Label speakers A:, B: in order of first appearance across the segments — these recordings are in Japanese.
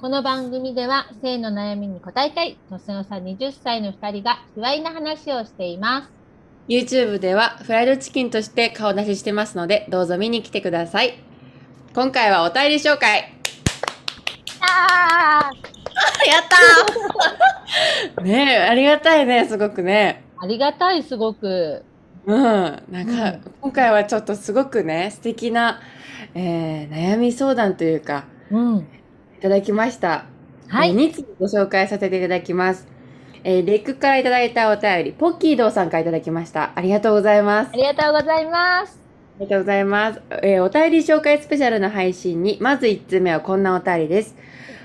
A: この番組では性の悩みに答えたい年の差20歳の2人が卑猥な話をしています
B: YouTube ではフライドチキンとして顔出ししてますので、どうぞ見に来てください。今回はお便り紹介。
A: あ
B: やったーねえ、ありがたいね、すごくね。
A: ありがたいすごく
B: うん、なんか、
A: うん
B: 今回はちょっとすごくね、素敵な、えー悩み相談というか、
A: うん
B: いただきました。
A: は
B: えー
A: い
B: 2つご紹介させていただきます。えーレックからいただいたお便り、ポッキードーさんからいただきました。ありがとうございます
A: あ。りがとうございます
B: ありがとうございます。えーお便り紹介スペシャルの配信に、まず1つ目はこんなお便りです。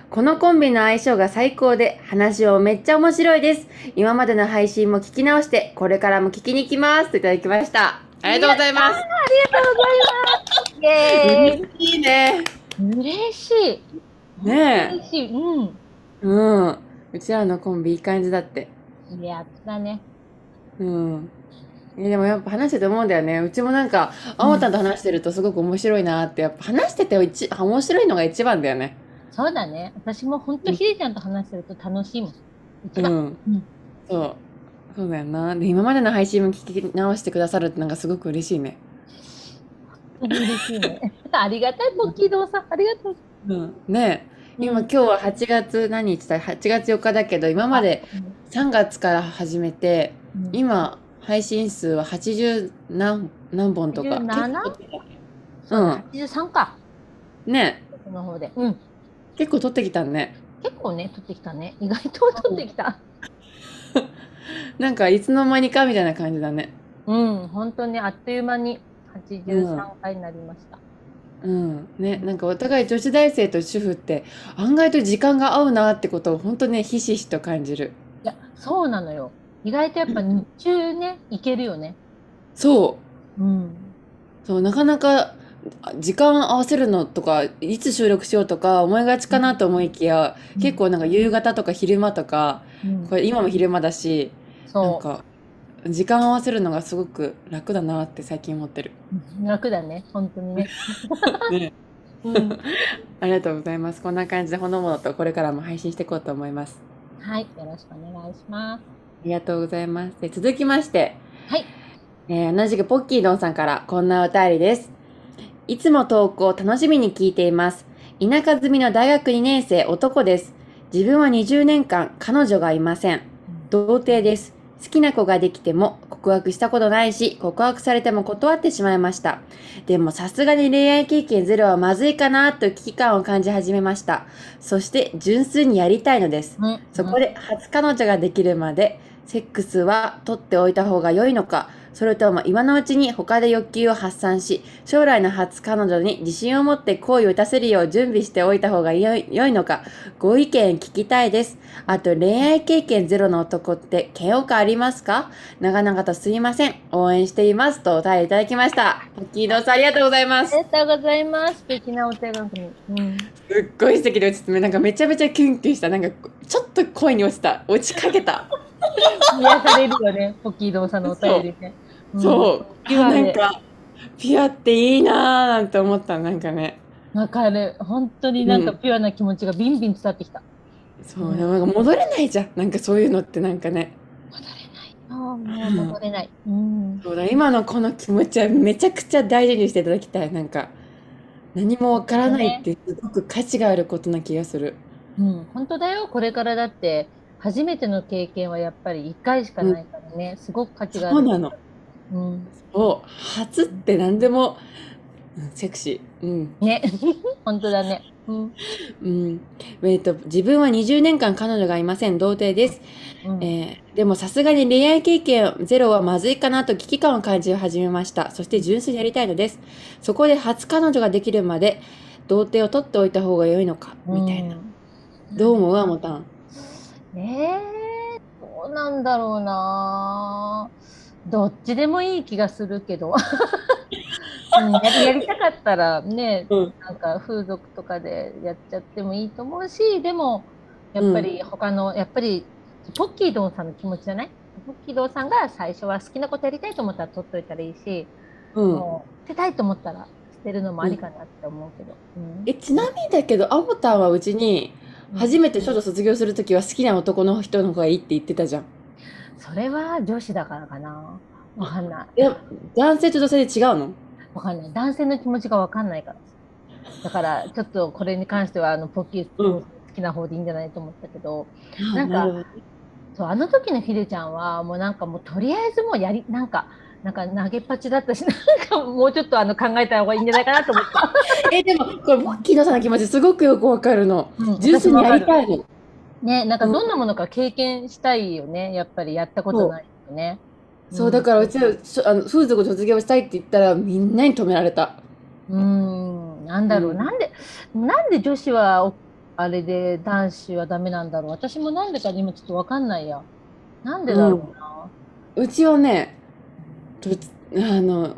B: このコンビの相性が最高で、話をめっちゃ面白いです。今までの配信も聞き直して、これからも聞きに行きます。といただきました。ありがとうございます。
A: イエ
B: いいね。
A: ーイ嬉しい
B: ねえ。
A: 嬉しいうん
B: うん。うちらのコンビいい感じだって。
A: やったね
B: うん。えでもやっぱ話してて思うんだよね。うちもなんか、あもたんと話してるとすごく面白いなって、やっぱ話してて一面白いのが一番だよね。
A: そうだね私も本当ひでちゃんと話してると楽しいもん一
B: う
A: 番
B: ん
A: うん
B: そうそうだよなで今までの配信も聞き直してくださるってなんかすごく嬉しいね、
A: 嬉しいね ありがたいポッキー堂さんありがとう
B: うん、ねえ今今日は8月何日だ8月4日だけど今まで3月から始めて
A: うん
B: 今配信数は80何何本とか
A: 87
B: 結構
A: 83か
B: うんねえ
A: この方でうん
B: 結構撮ってきたね
A: 結構ね取ってきたね意外と取ってきた
B: なんかいつの間にかみたいな感じだね
A: うん本当にあっという間に83回になりました、
B: うんねなんかお互い女子大生と主婦って案外と時間が合うなってことを本当ねひしひしと感じる
A: いやそうなのよ意外とやっぱ日中ねいけるよね
B: そう
A: うん
B: そうなかなかあ時間合わせるのとかいつ収録しようとか思いがちかなと思いきや、結構なんか夕方とか昼間とか
A: うん
B: これ今も昼間だしなん
A: そ
B: か時間合わせるのがすごく楽だなって最近思ってる。
A: う楽だね本当に ね、
B: ね
A: うん、
B: ありがとうございます。こんな感じでほのぼのとこれからも配信していこうと思います。
A: はいよろしくお願いします
B: ありがとうございます。で続きまして、
A: はい
B: えー同じくポッキードンさんからこんなお便りです。いつも投稿楽しみに聞いています。田舎住みの大学2年生男です。自分は20年間彼女がいません。童貞です。好きな子ができても告白したことないし、告白されても断ってしまいました。でもさすがに恋愛経験ゼロはまずいかなと危機感を感じ始めました。そして純粋にやりたいのです。
A: うん
B: そこで初彼女ができるまでセックスは取っておいた方が良いのかそれとも今のうちに他で欲求を発散し将来の初彼女に自信を持って好意を出せるよう準備しておいた方が良い良いのかご意見聞きたいですあと恋愛経験ゼロの男って嫌悪感ありますか長々とすいません応援していますとお便りいただきましたポッキーノさんありがとうございます
A: ありがとうございます素敵なお手紙、うん、
B: すっごい素敵で落ちてなんかめちゃめちゃキュンキュンしたなんかちょっと恋に落ちた落ちかけた
A: 癒されるよねポッキー堂さんのお便りねん
B: そう、
A: ピュアで
B: なんかピュアっていいなーなんて思ったなんかね
A: わかる本当になんか
B: うん
A: ピュアな気持ちがビンビン伝わってきた、
B: そう、
A: うん
B: でもなんか戻れないじゃんなんかそういうのってなんかね
A: もう戻れない。うん。
B: そうだ今のこの気持ちはめちゃくちゃ大事にしていただきたいなんか何もわからないってすごく価値があることな気がする、
A: うん、本当だよ。これからだって、初めての経験はやっぱり1回しかないからね、すごく価値があ
B: そう
A: る。
B: なの
A: うん、
B: そう初って何でも、うん、セクシーうん
A: ね、 本当だね。うん。
B: うんえーと自分は20年間彼女がいません童貞です
A: うん
B: えーでもさすがに恋愛経験ゼロはまずいかなと危機感を感じ始めましたそして純粋にやりたいのですそこで初彼女ができるまで童貞を取っておいた方が良いのかみたいな、。
A: ん
B: どう思うあもたん
A: ねえどうなんだろうな。どっちでもいい気がする けど。うん、やりやりたかったらね、
B: うん
A: なんか風俗とかでやっちゃってもいいと思うしでもやっぱり他の、やっぱりポッキードンさんの気持ちじゃないポッキードンさんが最初は好きなことやりたいと思ったら取っといたらいいし、
B: うん
A: もう捨てたいと思ったら捨てるのもありかなって思うけど、うん
B: えちなみにだけどあもたんはうちに初めて少女卒業するときは好きな男の人の方がいいって言ってたじゃん。
A: それは女子だからかな。わかんない。
B: いや男性と女性で違うの
A: わかんない。男性の気持ちがわかんないから。だから、ちょっとこれに関しては、あの、ポッキー
B: うん
A: 好きな方でいいんじゃないと思ったけど、なんかそうあの時のヒデちゃんは、もうなんかもうとりあえずもうやり、なんか、なんか投げっぱちだったし、 なんかもうちょっとあの考えた方がいいんじゃないかなと思った。
B: えでもこれボッキーのさんの気持ちすごくよくわかるの。
A: うん
B: 純粋にやり
A: 私もわか
B: たいの。
A: るね、なんかどんなものか経験したいよね。やっぱりやったことないよね。
B: そうだからうちはしょあの風俗卒業したいって言ったらみんなに止められた。
A: うーん、なんだろう、
B: うん
A: なんで、なんで女子はおあれで男子はダメなんだろう。私もなんでか今ちょっとわかんないや。なんでだろうな。
B: うちはねとつあの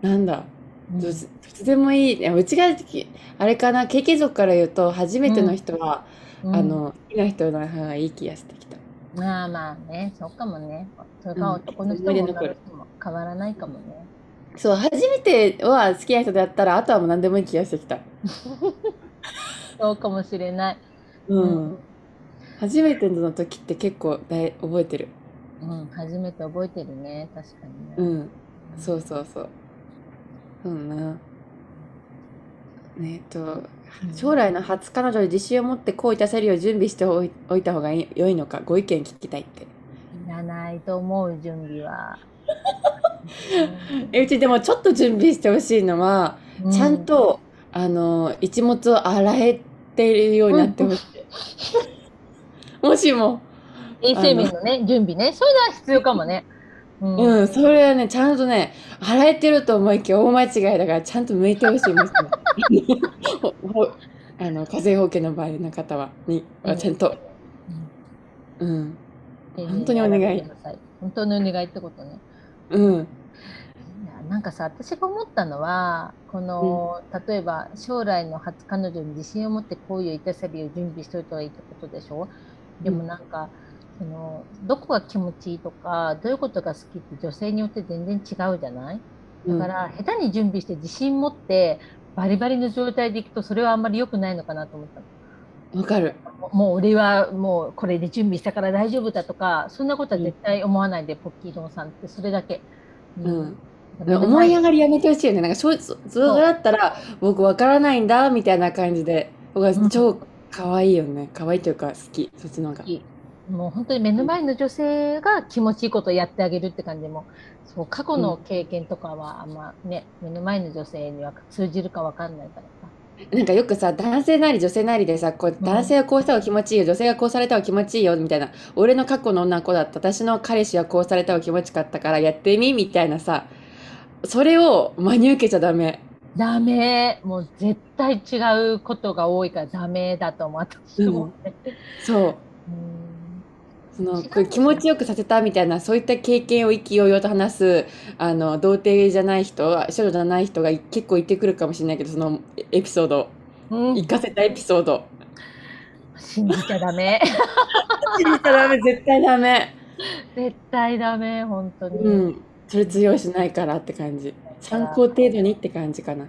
B: なんだ
A: うん
B: どっちどっちでもいいいやうちがきあれかな経験則から言うと初めての人は、
A: うん
B: あの好きな人の方がいい気がしてきた。
A: まあまあね、そうかもね。それか
B: うん
A: 男の人も
B: 思い
A: 女
B: 出
A: の
B: 残る
A: 人も変わらないかもね。
B: そう初めては好きな人だったらあとはもう何でもいい気がしてきた。
A: そうかもしれない。
B: う
A: うん
B: ん、初めての時って結構だい覚えてる。
A: うん、初めて覚えてるね。確かにね。
B: うんそうそうそう。そうな。ねえっと、
A: うん
B: 将来の初彼女に自信を持って好意出せるよう準備しておいおいた方がいい良いのか、ご意見聞きたいって。
A: いらないと思う、準備は。
B: えうちでもちょっと準備してほしいのは、
A: う
B: ちゃん、とあの一物を洗えているようになってほしい。 もしも、
A: 衛生面のね、準備ね。そういうのは必要かもね。うん
B: うん、それはね、ちゃんとね、洗えてると思いきや大間違いだから、ちゃんと向いてほしいですね。 ほほあの、課税保険の場合の方は、に、
A: うん
B: ちゃんと。うん。本当にお願い
A: えー。やらせてください本当にお願いってことね。
B: うん。
A: いやなんかさ、私が思ったのは、この、例えば将来の初彼女に自信を持って好意を生かせるよう準備しておいた方がいいってことでしょでもなんか、その、どこが気持ちいいとか、どういうことが好きって女性によって全然違うじゃない
B: うん、
A: だから、下手に準備して自信持って、バリバリの状態でいくと、それはあんまり良くないのかなと思ったの
B: わかる。
A: もうもう俺はもうこれで準備したから大丈夫だとか、そんなことは絶対思わないで、ポッキードンさんってそれだけ。
B: うん。
A: 目の前
B: 思い上がりやめてほしいよね。なんか、そう、そうそうだったら、僕わからないんだ、みたいな感じで、僕は
A: うん
B: 超可愛いよね。可愛いというか、好き。そっちの方が。
A: もう本当に目の前の女性が気持ちいいことをやってあげるって感じも、そう、過去の経験とかはあんまね、目の前の女性には通じるかわかんないからさ。
B: なんかよくさ男性なり女性なりでさこう男性はこうした方が気持ちいいよ女性がこうされた方が気持ちいいよみたいな俺の過去の女の子だった私の彼氏はこうされた方が気持ちかったからやってみみたいなさそれを真に受けちゃダメ
A: ダメもう絶対違うことが多いからダメだと思う。私もね
B: そう
A: うん
B: その
A: 違う
B: こう気持ちよくさせたみたいなそういった経験を意気揚々と話すあの童貞じゃない人少女じゃない人が結構いてくるかもしれないけどそのエピソード
A: うん
B: 行かせたエピソ ード
A: 信じちゃダ メ。
B: 信じちゃダメ絶対ダメ
A: 絶対ダメ、本当に。
B: うん、それ通用しないからって感じ。参考程度にって感じかな。
A: うん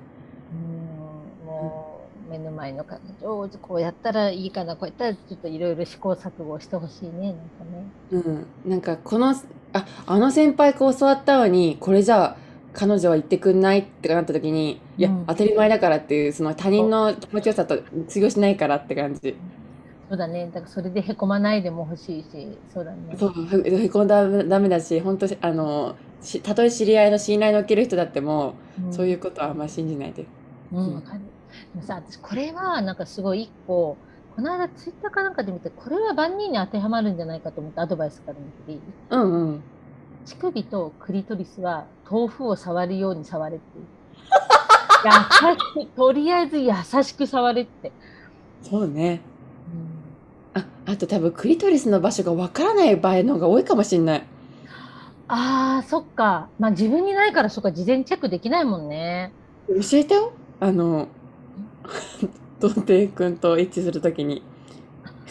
A: もう目の前の彼女をこうやったらいいかな、こうやったらちょっといろいろ試行錯誤してほしいね、なんかね。
B: うん、なんかこの、あ、あの先輩こう教わったのに、これじゃあ彼女は言ってくんないってなった時に、いや
A: うん、
B: 当たり前だからっていう、その他人の気持ちよさと通用しないからって感じ。
A: そうだね、だからそれでへこまないでも欲しいし、そうだね。
B: そう、ふへこんだらダメだし、本当あの、したとえ知り合いの信頼のおける人だっても、
A: うん
B: そういうことはあんま信じないで。
A: うん、わかる。でもさ、私これはなんかすごい一個、この間ツイッターかなんかで見て、これは万人に当てはまるんじゃないかと思ってアドバイスから見ていい
B: うんうん。
A: 乳首とクリトリスは豆腐を触るように触れって いう。優しく、とりあえず優しく触れって。
B: そうね。
A: うん
B: あ、あと多分クリトリスの場所がわからない場合の方が多いかもしれない。
A: ああ、そっか。まあ自分にないから、そっか、事前にチェックできないもんね。
B: 教えたよあの 童貞くんと一致するときに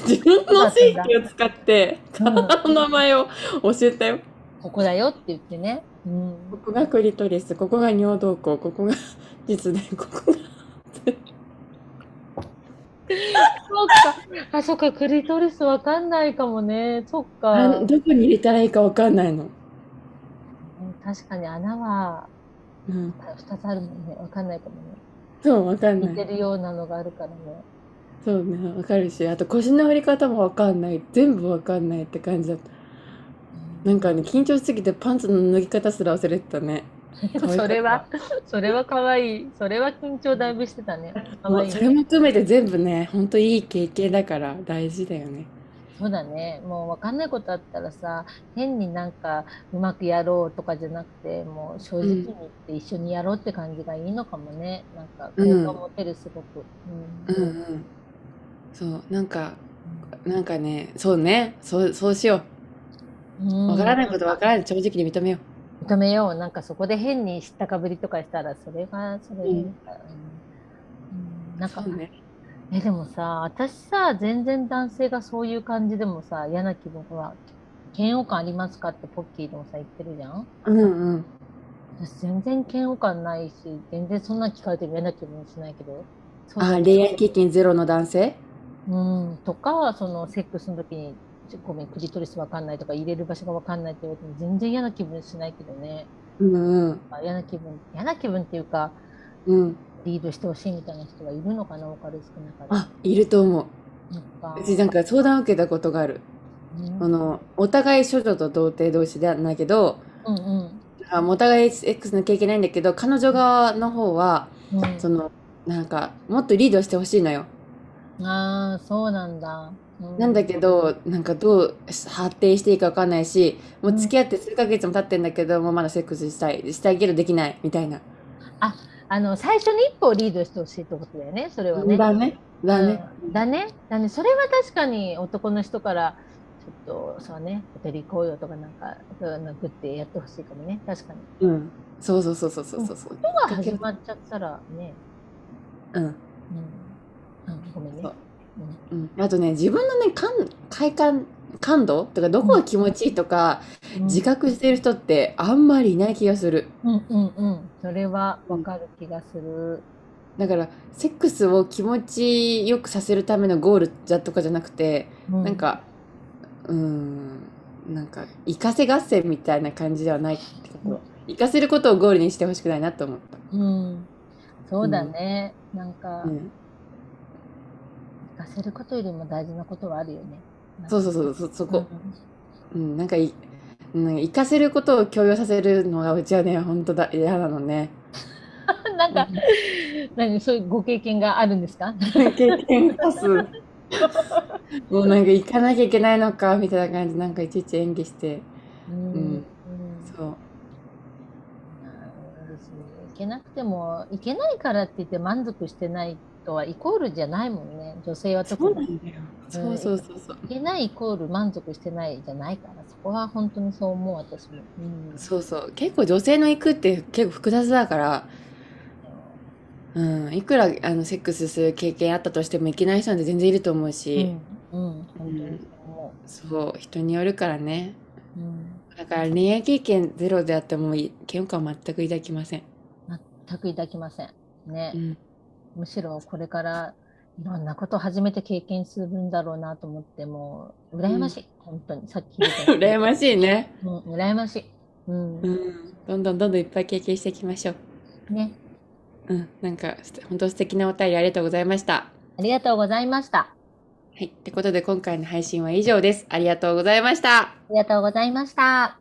B: 自分の性器を使って
A: うん
B: 体の名前を教えたよ
A: ここだよって言ってね。うん。
B: ここがクリトリスここが尿道口ここが実でここが
A: そうか。あ、そっか、クリトリスわかんないかもね。そっ
B: あ
A: か。
B: どこに入れたらいいかわかんないの。
A: うん確かに穴は
B: うん、
A: 2つあるもんね。わかんないかもね。
B: そう、わかん
A: 似
B: な
A: て
B: い。
A: るようなのがあるからね。
B: そうね、わかるし、あと腰の振り方もわかんない。全部わかんないって感じだった。なんかね、緊張しすぎてパンツの脱ぎ方すら忘れてたね。可愛かった
A: それは、それは可愛い。それは緊張だいぶしてたね。可
B: も
A: 愛
B: う
A: い。
B: それも含めて全部ね、ほんといい経験だから大事だよね。
A: そうだね。もう分かんないことあったらさ、変になんかうまくやろうとかじゃなくて、もう正直に言って一緒にやろうって感じがいいのかもね。なんか、好
B: うん
A: 感持てる、すごく。
B: うんうん。そう、なんか、なんかね、そうね、そうそうしよう。わからないことわからない、正直に認めよ
A: 認めよう。なんかそこで変に知ったかぶりとかしたら、それが、それで、
B: う
A: うんんうんなん
B: う。
A: か、
B: そうね。
A: え、でもさ、私さ、全然男性がそういう感じでもさ、嫌な気分は、嫌悪感ありますかってポッキーでもさ、言ってるじゃん
B: うんうん。
A: 私全然嫌悪感ないし、全然そんな聞かれても嫌な気分しないけど。そう
B: あ、恋愛経験ゼロの男性
A: うん、とか、そのセックスの時に、ちょごめん、クリトリスわかんないとか、入れる場所がわかんないって言われても全然嫌な気分しないけどね。
B: うんうん。
A: まあ嫌な気分、嫌な気分っていうか、
B: うん。
A: リードしてほしいみたいな人がいるのかな、おかる少なから。
B: あ、いると思う。
A: なんか
B: うちなんか相談を受けたことがある。
A: うん
B: あの、お互い処女と童貞同士ではないけど、
A: うんうん。
B: あお互い X の経験ないんだけど、彼女側の方は、
A: うん
B: その、なんか、もっとリードしてほしいのよ。
A: ああ、そうなんだ。う
B: なんだけど、なんかどう発展していいかわかんないし、もう
A: うん
B: 付き合って数ヶ月も経ってんだけど、もうまだセックスしたい、したいけどできない、みたいな。
A: あの、最初に一歩リードしてほしいってことだよね、それはね。
B: だね。だね。
A: うんだね。だね。それは確かに男の人から、ちょっと、そうね、ホテル行こうよとかなんか、そういうのグッてやってほしいかもね。確かに。
B: うん。そうそうそうそうそうそう。
A: 今が始まっちゃったらね、
B: うん。
A: うん。うん、ごめんね
B: そう。うん、あとね自分のね感快感感度とかどこが気持ちいいとか、
A: うん
B: 自覚してる人ってあんまりいない気がする
A: うんうんうん。それはわかる気がする。
B: だからセックスを気持ちよくさせるためのゴールじゃとかじゃなくて、
A: う
B: なん、かうーんなんか行かせ合戦みたいな感じではないってこと、
A: うん
B: 行かせることをゴールにしてほしくないなと思った、
A: うん。そうだね。なんか、
B: うん、
A: 行かせることよりも大事なことはあるよね。
B: そうそう
A: う
B: そうそそこ、うん、なんかいなんか行かせることを強要させるのがうちはね本当だ嫌なのね
A: ん。なんか、何、そういうご経験があるんですか
B: 経験パ ス。もうなんか行かなきゃいけないのかみたいな感じでなんかいちいち演技して
A: う
B: うん
A: うん
B: そう
A: うんですね行けなくても行けないからって言って満足してないとはイコールじゃないもんね女性は特に
B: んだよそうそうそうそう、
A: 行けないイコール満足してないじゃないからそこは本当にそう思う私も、うん、
B: そうそう結構女性の行くって結構複雑だからうんいくらあのセックスする経験あったとしても行けない人なんて全然いると思うし、
A: うん、うん、本当にそう思
B: そう人によるからね
A: う、うん、
B: だから恋愛経験ゼロであってもいい嫌悪感は全く抱きません、
A: 全く抱きませんね、
B: うん、
A: むしろこれからいろんなことを初めて経験するんだろうなと思ってもう羨ましい、本当にさっき言った
B: 羨ま
A: い、
B: しいね、
A: うん、羨ましい、うん
B: うん、どんどんどんどんいっぱい経験していきましょう
A: ね
B: うん、なんかすて本当素敵なお便りありがとうございました。は
A: ありがとうございました
B: い、ってことで今回の配信は以上です。ありがとうございました。
A: ありがとうございました。